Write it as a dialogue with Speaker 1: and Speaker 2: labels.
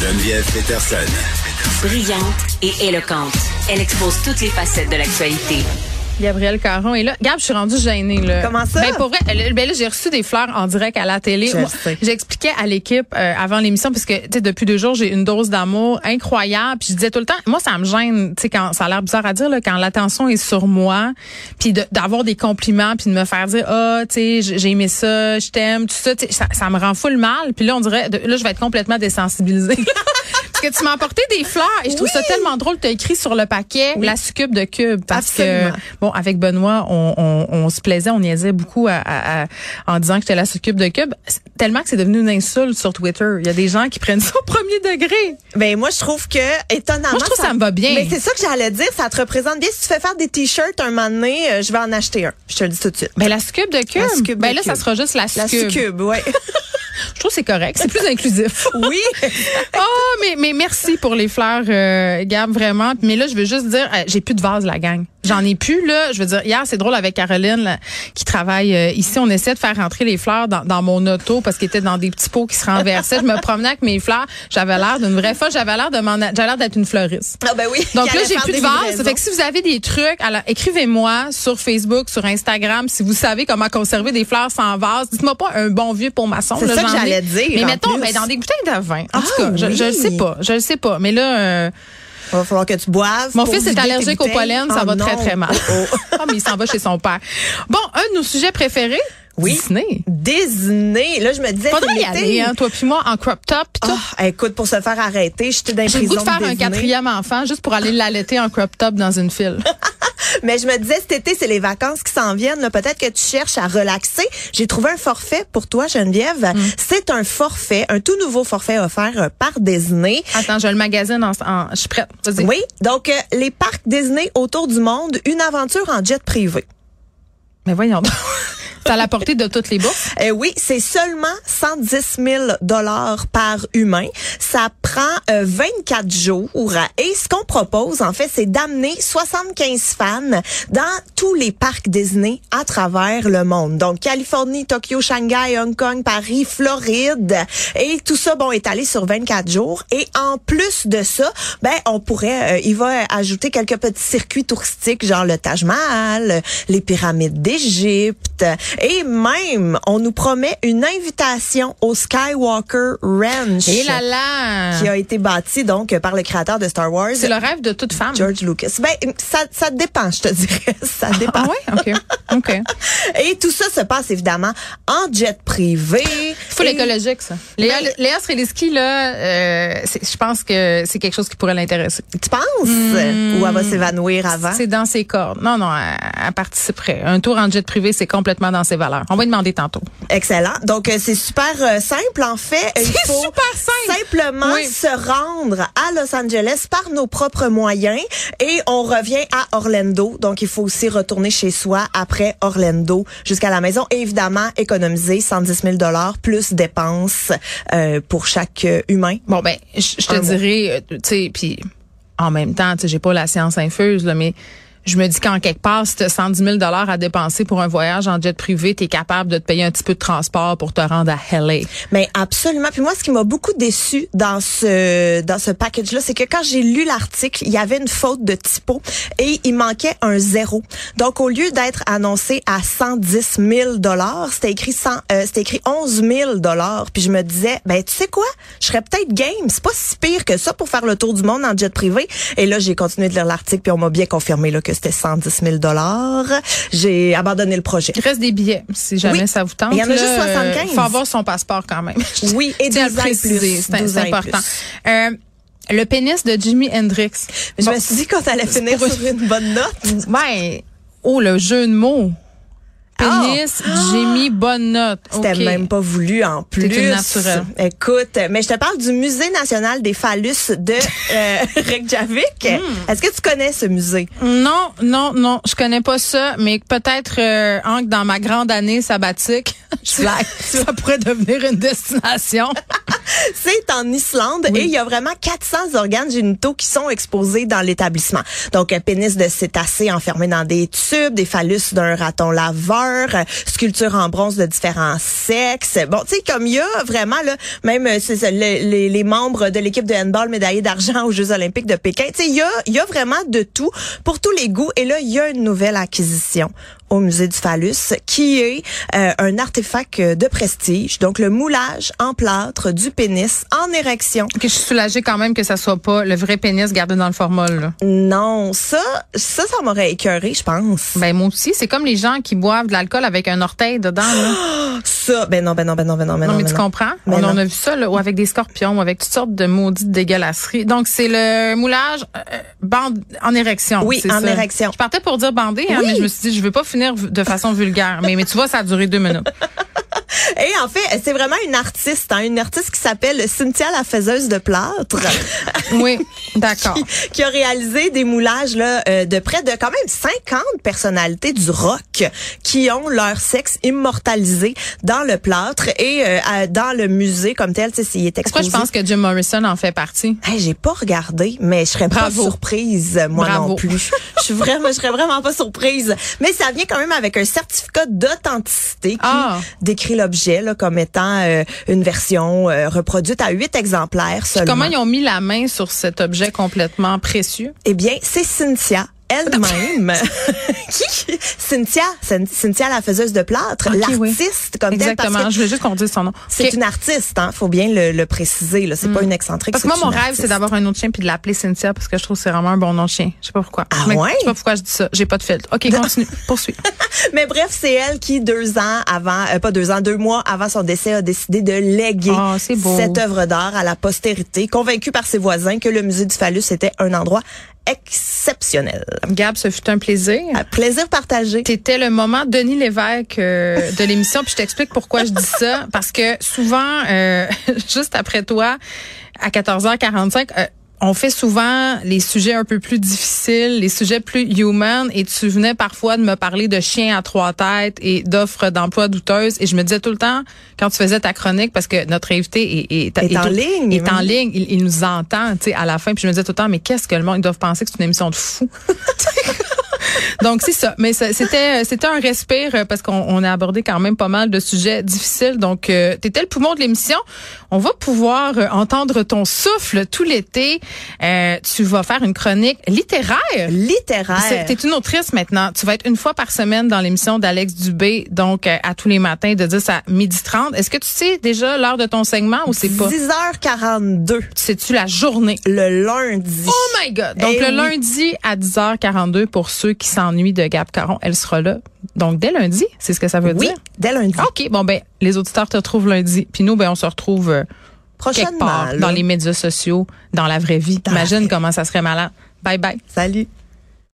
Speaker 1: Geneviève Peterson.
Speaker 2: Brillante et éloquente, elle expose toutes les facettes de l'actualité.
Speaker 3: Gabrielle Caron est là. Gab, je suis rendue gênée. Là.
Speaker 4: Comment ça?
Speaker 3: Ben, pour vrai, le- ben là, j'ai reçu des fleurs en direct à la télé.
Speaker 4: Je
Speaker 3: Moi,
Speaker 4: sais.
Speaker 3: J'expliquais à l'équipe euh, avant l'émission, parce que tu sais, depuis deux jours, j'ai une dose d'amour incroyable. Puis je disais tout le temps, moi, ça me gêne, tu sais, quand ça a l'air bizarre à dire, là, quand l'attention est sur moi, puis de- d'avoir des compliments, puis de me faire dire, ah, tu sais, j- j'ai aimé ça, je t'aime, tout ça, tu sais, ça, ça me rend fou le mal. Puis là, on dirait, de- là, je vais être complètement désensibilisée. Parce que tu m'as apporté des fleurs et je trouve ça tellement drôle. Tu as écrit sur le paquet la succube de cube parce
Speaker 4: Absolument.
Speaker 3: que Bon, avec Benoît, on, on- on se plaisait, on niaisait beaucoup à- à- à- en disant que j'étais la succube de Cube. C'est- Tellement que c'est devenu une insulte sur Twitter. Il y a des gens qui prennent ça au premier degré.
Speaker 4: Ben moi je trouve que étonnamment
Speaker 3: Moi, je trouve ça me va bien.
Speaker 4: Mais c'est ça que j'allais dire, ça te représente bien si tu fais faire des t-shirts un moment donné, euh, je vais en acheter un. Je te le dis tout de suite.
Speaker 3: Ben, la succube de Cube.
Speaker 4: La succube
Speaker 3: ben
Speaker 4: de
Speaker 3: là, ça
Speaker 4: Cube.
Speaker 3: sera juste la
Speaker 4: La
Speaker 3: succube.
Speaker 4: succube, ouais.
Speaker 3: Je trouve que c'est correct. C'est plus inclusif.
Speaker 4: oui.
Speaker 3: Oh, mais, mais merci pour les fleurs, euh, Gab, vraiment. Mais là, je veux juste dire, euh, j'ai plus de vase, la gang. J'en ai plus, là. Je veux dire, hier, c'est drôle avec Caroline, là, qui travaille euh, ici. On essayait de faire rentrer les fleurs dans, dans mon auto parce qu'ils étaient dans des petits pots qui se renversaient. Je me promenais avec mes fleurs. J'avais l'air d'une vraie folle. J'avais l'air de m'en, a- j'avais l'air d'être une fleuriste.
Speaker 4: Ah ben oui.
Speaker 3: Donc
Speaker 4: qui
Speaker 3: là,
Speaker 4: allait
Speaker 3: j'ai
Speaker 4: faire
Speaker 3: plus de
Speaker 4: des
Speaker 3: vase.
Speaker 4: livraisons.
Speaker 3: Ça fait que si vous avez des trucs, alors écrivez-moi sur Facebook, sur Instagram, si vous savez comment conserver des fleurs sans vase. Dites-moi pas un bon vieux pour maçon.
Speaker 4: C'est
Speaker 3: là,
Speaker 4: ça que
Speaker 3: j'en ai.
Speaker 4: j'allais dire,
Speaker 3: Mais
Speaker 4: en
Speaker 3: mettons,
Speaker 4: plus.
Speaker 3: ben, dans des bouteilles de vin. En
Speaker 4: Ah,
Speaker 3: tout cas, je, je le
Speaker 4: oui.
Speaker 3: sais pas. Je le sais pas. Mais là, euh,
Speaker 4: va falloir que tu boives.
Speaker 3: mon
Speaker 4: pour
Speaker 3: fils est
Speaker 4: vider tes
Speaker 3: allergique au
Speaker 4: bouteilles.
Speaker 3: pollen, ça
Speaker 4: Ah,
Speaker 3: va très
Speaker 4: non.
Speaker 3: très mal.
Speaker 4: Oh, oh.
Speaker 3: Ah, mais il s'en va chez son père. Bon, un de nos sujets préférés,
Speaker 4: Oui.
Speaker 3: Disney.
Speaker 4: Désiné, là je me disais
Speaker 3: Faudrait
Speaker 4: c'est
Speaker 3: y
Speaker 4: l'été.
Speaker 3: aller, hein, toi puis moi, en crop top pis tout.
Speaker 4: Ah, écoute, pour se faire arrêter, j'étais dans les
Speaker 3: J'ai le goût de
Speaker 4: prisons
Speaker 3: faire
Speaker 4: de
Speaker 3: un
Speaker 4: Disney.
Speaker 3: quatrième enfant juste pour aller l'allaiter en crop top dans une file.
Speaker 4: Mais je me disais, cet été, c'est les vacances qui s'en viennent. là. Peut-être que tu cherches à relaxer. J'ai trouvé un forfait pour toi, Geneviève. C'est un forfait, un tout nouveau forfait offert euh, par Disney.
Speaker 3: Attends, je le magazine en, en- je suis prête. Vas-y.
Speaker 4: Oui, donc euh, les parcs Disney autour du monde, une aventure en jet privé.
Speaker 3: Mais voyons donc. C'est à la portée de toutes les bourses.
Speaker 4: Euh, oui, c'est seulement 110 000 dollars par humain. Ça prend euh, 24 jours et ce qu'on propose, en fait, c'est d'amener 75 fans dans tous les parcs Disney à travers le monde. Donc, Californie, Tokyo, Shanghai, Hong Kong, Paris, Floride. Et tout ça, bon, est allé sur 24 jours. Et en plus de ça, ben, on pourrait, euh, il va ajouter quelques petits circuits touristiques, genre le Taj Mahal, les pyramides d'Égypte. Et même, on nous promet une invitation au Skywalker Ranch.
Speaker 3: Et là là.
Speaker 4: qui a été bâti donc par le créateur de Star Wars,
Speaker 3: C'est le rêve de toute femme.
Speaker 4: George Lucas. Ben ça ça dépend, je te dirais, ça dépend.
Speaker 3: Ah ouais? OK. OK.
Speaker 4: Et tout ça se passe évidemment en jet privé.
Speaker 3: Full
Speaker 4: Et-
Speaker 3: écologique, ça. Léa, Léa Sreliski, là, euh, c'est- je pense que c'est quelque chose qui pourrait l'intéresser.
Speaker 4: Tu penses ou elle va s'évanouir avant
Speaker 3: Hmm. C'est dans ses cordes. Non, non, elle, elle participerait. Un tour en jet privé, c'est complètement dans ses valeurs. On va lui demander tantôt.
Speaker 4: Excellent. Donc euh, c'est super euh, simple en fait. Il
Speaker 3: C'est
Speaker 4: faut
Speaker 3: super simple.
Speaker 4: Simplement
Speaker 3: Oui.
Speaker 4: se rendre à Los Angeles par nos propres moyens et on revient à Orlando. Donc il faut aussi retourner chez soi après Orlando jusqu'à la maison et évidemment économiser 110 000 dollars plus dépenses euh, pour chaque euh, humain.
Speaker 3: Bon, ben, je je te
Speaker 4: Un mot.
Speaker 3: dirais, euh, tu sais, puis en même temps, tu sais, j'ai pas la science infuse, là, mais je me dis qu'en quelque part, si t'as 110 000 à dépenser pour un voyage en jet privé, t'es capable de te payer un petit peu de transport pour te rendre à LA.
Speaker 4: Mais Ben, absolument. Puis moi, ce qui m'a beaucoup déçu dans ce dans ce package-là, c'est que quand j'ai lu l'article, il y avait une faute de typo et il manquait un zéro. Donc, au lieu d'être annoncé à 110 000 dollars, c'était écrit 100, euh, c'était écrit 11 000 dollars. Puis je me disais, ben tu sais quoi, je serais peut-être game. C'est pas si pire que ça pour faire le tour du monde en jet privé. Et là, j'ai continué de lire l'article puis on m'a bien confirmé là que c'était 110 000 dollars. J'ai abandonné le projet.
Speaker 3: Il reste des billets, si jamais
Speaker 4: Oui.
Speaker 3: ça vous tente.
Speaker 4: Il y en a
Speaker 3: là,
Speaker 4: juste 75.
Speaker 3: euh, faut avoir son passeport quand même.
Speaker 4: Oui, et
Speaker 3: Je tiens à
Speaker 4: 12
Speaker 3: le
Speaker 4: ans et
Speaker 3: préciser,
Speaker 4: plus.
Speaker 3: c'est
Speaker 4: 12
Speaker 3: c'est
Speaker 4: ans et
Speaker 3: important.
Speaker 4: plus.
Speaker 3: Euh, le pénis de Jimi Hendrix.
Speaker 4: Je
Speaker 3: Bon,
Speaker 4: me suis dit qu'on allait finir
Speaker 3: pour-
Speaker 4: sur une bonne note.
Speaker 3: Ouais. Oh, le jeu de mots. Pénis, Jimmy, bonne note.
Speaker 4: Ah! C'était
Speaker 3: Ok.
Speaker 4: même pas voulu en plus.
Speaker 3: une naturelle.
Speaker 4: Écoute, mais je te parle du musée national des phallus de euh, Reykjavik.
Speaker 3: Hmm.
Speaker 4: Est-ce que tu connais ce musée?
Speaker 3: Non, non, non, je connais pas ça, mais peut-être euh, hein, que dans ma grande année sabbatique, je blague, ça pourrait devenir une destination.
Speaker 4: C'est en Islande et il y a vraiment 400 organes génitaux qui sont exposés dans euh, l'établissement. Donc, un pénis de cétacé enfermé dans des tubes, des phallus d'un raton laveur, sculpteurs, sculptures en bronze de différents sexes. Bon, tu sais, comme il y a vraiment, là, même euh, c'est ça, le- les, les membres de l'équipe de handball médaillés d'argent aux Jeux olympiques de Pékin, tu sais, il y a, il y a vraiment de tout pour tous les goûts. Et là, il y a une nouvelle acquisition au musée du phallus, qui est euh, un artefact euh, de prestige, donc le moulage en plâtre du pénis en érection.
Speaker 3: Que je suis soulagée quand même que ça soit pas le vrai pénis gardé dans le formol. Là.
Speaker 4: Non, ça, ça, ça m'aurait écœuré, je pense.
Speaker 3: Ben moi aussi, c'est comme les gens qui boivent de l'alcool avec un orteil dedans. Là.
Speaker 4: Ça, ben non, ben non, ben non, ben non, ben non.
Speaker 3: non mais
Speaker 4: ben
Speaker 3: tu
Speaker 4: non.
Speaker 3: comprends?
Speaker 4: Ben
Speaker 3: on,
Speaker 4: non.
Speaker 3: en a vu ça, là, ou avec des scorpions, ou avec toutes sortes de maudites dégueulasseries. Donc c'est le moulage euh, bande en érection.
Speaker 4: Oui,
Speaker 3: c'est
Speaker 4: en
Speaker 3: ça.
Speaker 4: érection.
Speaker 3: Je partais pour dire bandé, hein,
Speaker 4: Oui.
Speaker 3: mais je me suis dit je veux pas finir de façon vulgaire. mais mais tu vois, ça a duré deux minutes.
Speaker 4: Et en fait, c'est vraiment une artiste, hein, une artiste qui s'appelle Cynthia la faiseuse de plâtre,
Speaker 3: oui, d'accord.
Speaker 4: qui, qui a réalisé des moulages là, euh, de près de quand même 50 personnalités du rock qui ont leur sexe immortalisé dans le plâtre et euh, à- dans le musée comme tel. Tu sais, il est
Speaker 3: Pourquoi
Speaker 4: exposé.
Speaker 3: je pense que Jim Morrison en fait partie?
Speaker 4: Hey, j'ai pas regardé, mais je serais
Speaker 3: Bravo.
Speaker 4: pas surprise, euh, moi
Speaker 3: Bravo.
Speaker 4: non plus. Je suis vraiment, je serais vraiment pas surprise. Mais ça vient quand même avec un certificat d'authenticité qui
Speaker 3: Ah.
Speaker 4: décrit l'objet là, comme étant euh, une version euh, reproduite à huit exemplaires seulement.
Speaker 3: Comment ils ont mis la main sur cet objet complètement précieux?
Speaker 4: Eh bien, c'est Cynthia elle-même. qui? Cynthia, Cyn- Cynthia la faiseuse de plâtre,
Speaker 3: Ok, oui.
Speaker 4: l'artiste comme telle. parce
Speaker 3: Exactement.
Speaker 4: que
Speaker 3: Je voulais juste qu'on dise son nom.
Speaker 4: C'est
Speaker 3: Ok.
Speaker 4: une artiste, hein, faut bien le, le préciser. Là, c'est pas une excentrique.
Speaker 3: Mm. Parce que moi,
Speaker 4: c'est
Speaker 3: mon
Speaker 4: une
Speaker 3: rêve, c'est
Speaker 4: artiste.
Speaker 3: d'avoir un autre chien puis de l'appeler Cynthia parce que je trouve que c'est vraiment un bon nom de chien. Je sais pas pourquoi.
Speaker 4: Ah
Speaker 3: Mais
Speaker 4: ouais?
Speaker 3: Je sais pas pourquoi je dis ça. J'ai pas de filtre. OK, continue. Poursuis.
Speaker 4: Mais bref, c'est elle qui deux ans avant, euh, pas deux ans, deux mois avant son décès, a décidé de léguer
Speaker 3: Ah, c'est beau.
Speaker 4: cette œuvre d'art à la postérité, convaincue par ses voisins que le musée du phallus était un endroit exceptionnel.
Speaker 3: Gab, ce fut un plaisir.
Speaker 4: À plaisir partagé.
Speaker 3: C'était le moment Denis Lévesque euh, de l'émission, puis je t'explique pourquoi je dis ça. Parce que souvent, euh, juste après toi, à 14h45, euh, on fait souvent les sujets un peu plus difficiles, les sujets plus human, et tu venais parfois de me parler de chiens à trois têtes et d'offres d'emploi douteuses, et je me disais tout le temps, quand tu faisais ta chronique, parce que notre invité est, est-
Speaker 4: Est en
Speaker 3: au-
Speaker 4: ligne,
Speaker 3: est en
Speaker 4: oui.
Speaker 3: ligne, il, il nous entend, tu sais, à la fin, puis je me disais tout le temps, mais qu'est-ce que le monde, ils doivent penser que c'est une émission de fou. Donc c'est ça, mais ça- c'était euh, c'était un respire euh, parce qu'on on a abordé quand même pas mal de sujets difficiles. Donc euh, t'étais le poumon de l'émission. On va pouvoir euh, entendre ton souffle tout l'été. Euh, tu vas faire une chronique littéraire.
Speaker 4: Littéraire.
Speaker 3: C'est- T'es une autrice maintenant. Tu vas être une fois par semaine dans l'émission d'Alex Dubé, donc euh, à tous les matins de 10 à 12h30. Est-ce que tu sais déjà l'heure de ton segment ou c'est pas?
Speaker 4: 10h42
Speaker 3: C'est-tu la journée?
Speaker 4: le lundi.
Speaker 3: Oh my God! Donc,
Speaker 4: Eh
Speaker 3: le
Speaker 4: oui.
Speaker 3: lundi à 10h42, pour ceux qui s'ennuient de Gab Caron, elle sera là. Donc, dès lundi, c'est ce que ça veut
Speaker 4: oui,
Speaker 3: dire?
Speaker 4: dès lundi
Speaker 3: OK, bon, ben, les auditeurs te retrouvent lundi. Puis nous, ben, on se retrouve euh, quelque
Speaker 4: prochainement.
Speaker 3: part
Speaker 4: là.
Speaker 3: dans les médias sociaux, dans la vraie vie.
Speaker 4: la
Speaker 3: Imagine
Speaker 4: vraie-
Speaker 3: comment ça serait malade. Bye bye.
Speaker 4: Salut.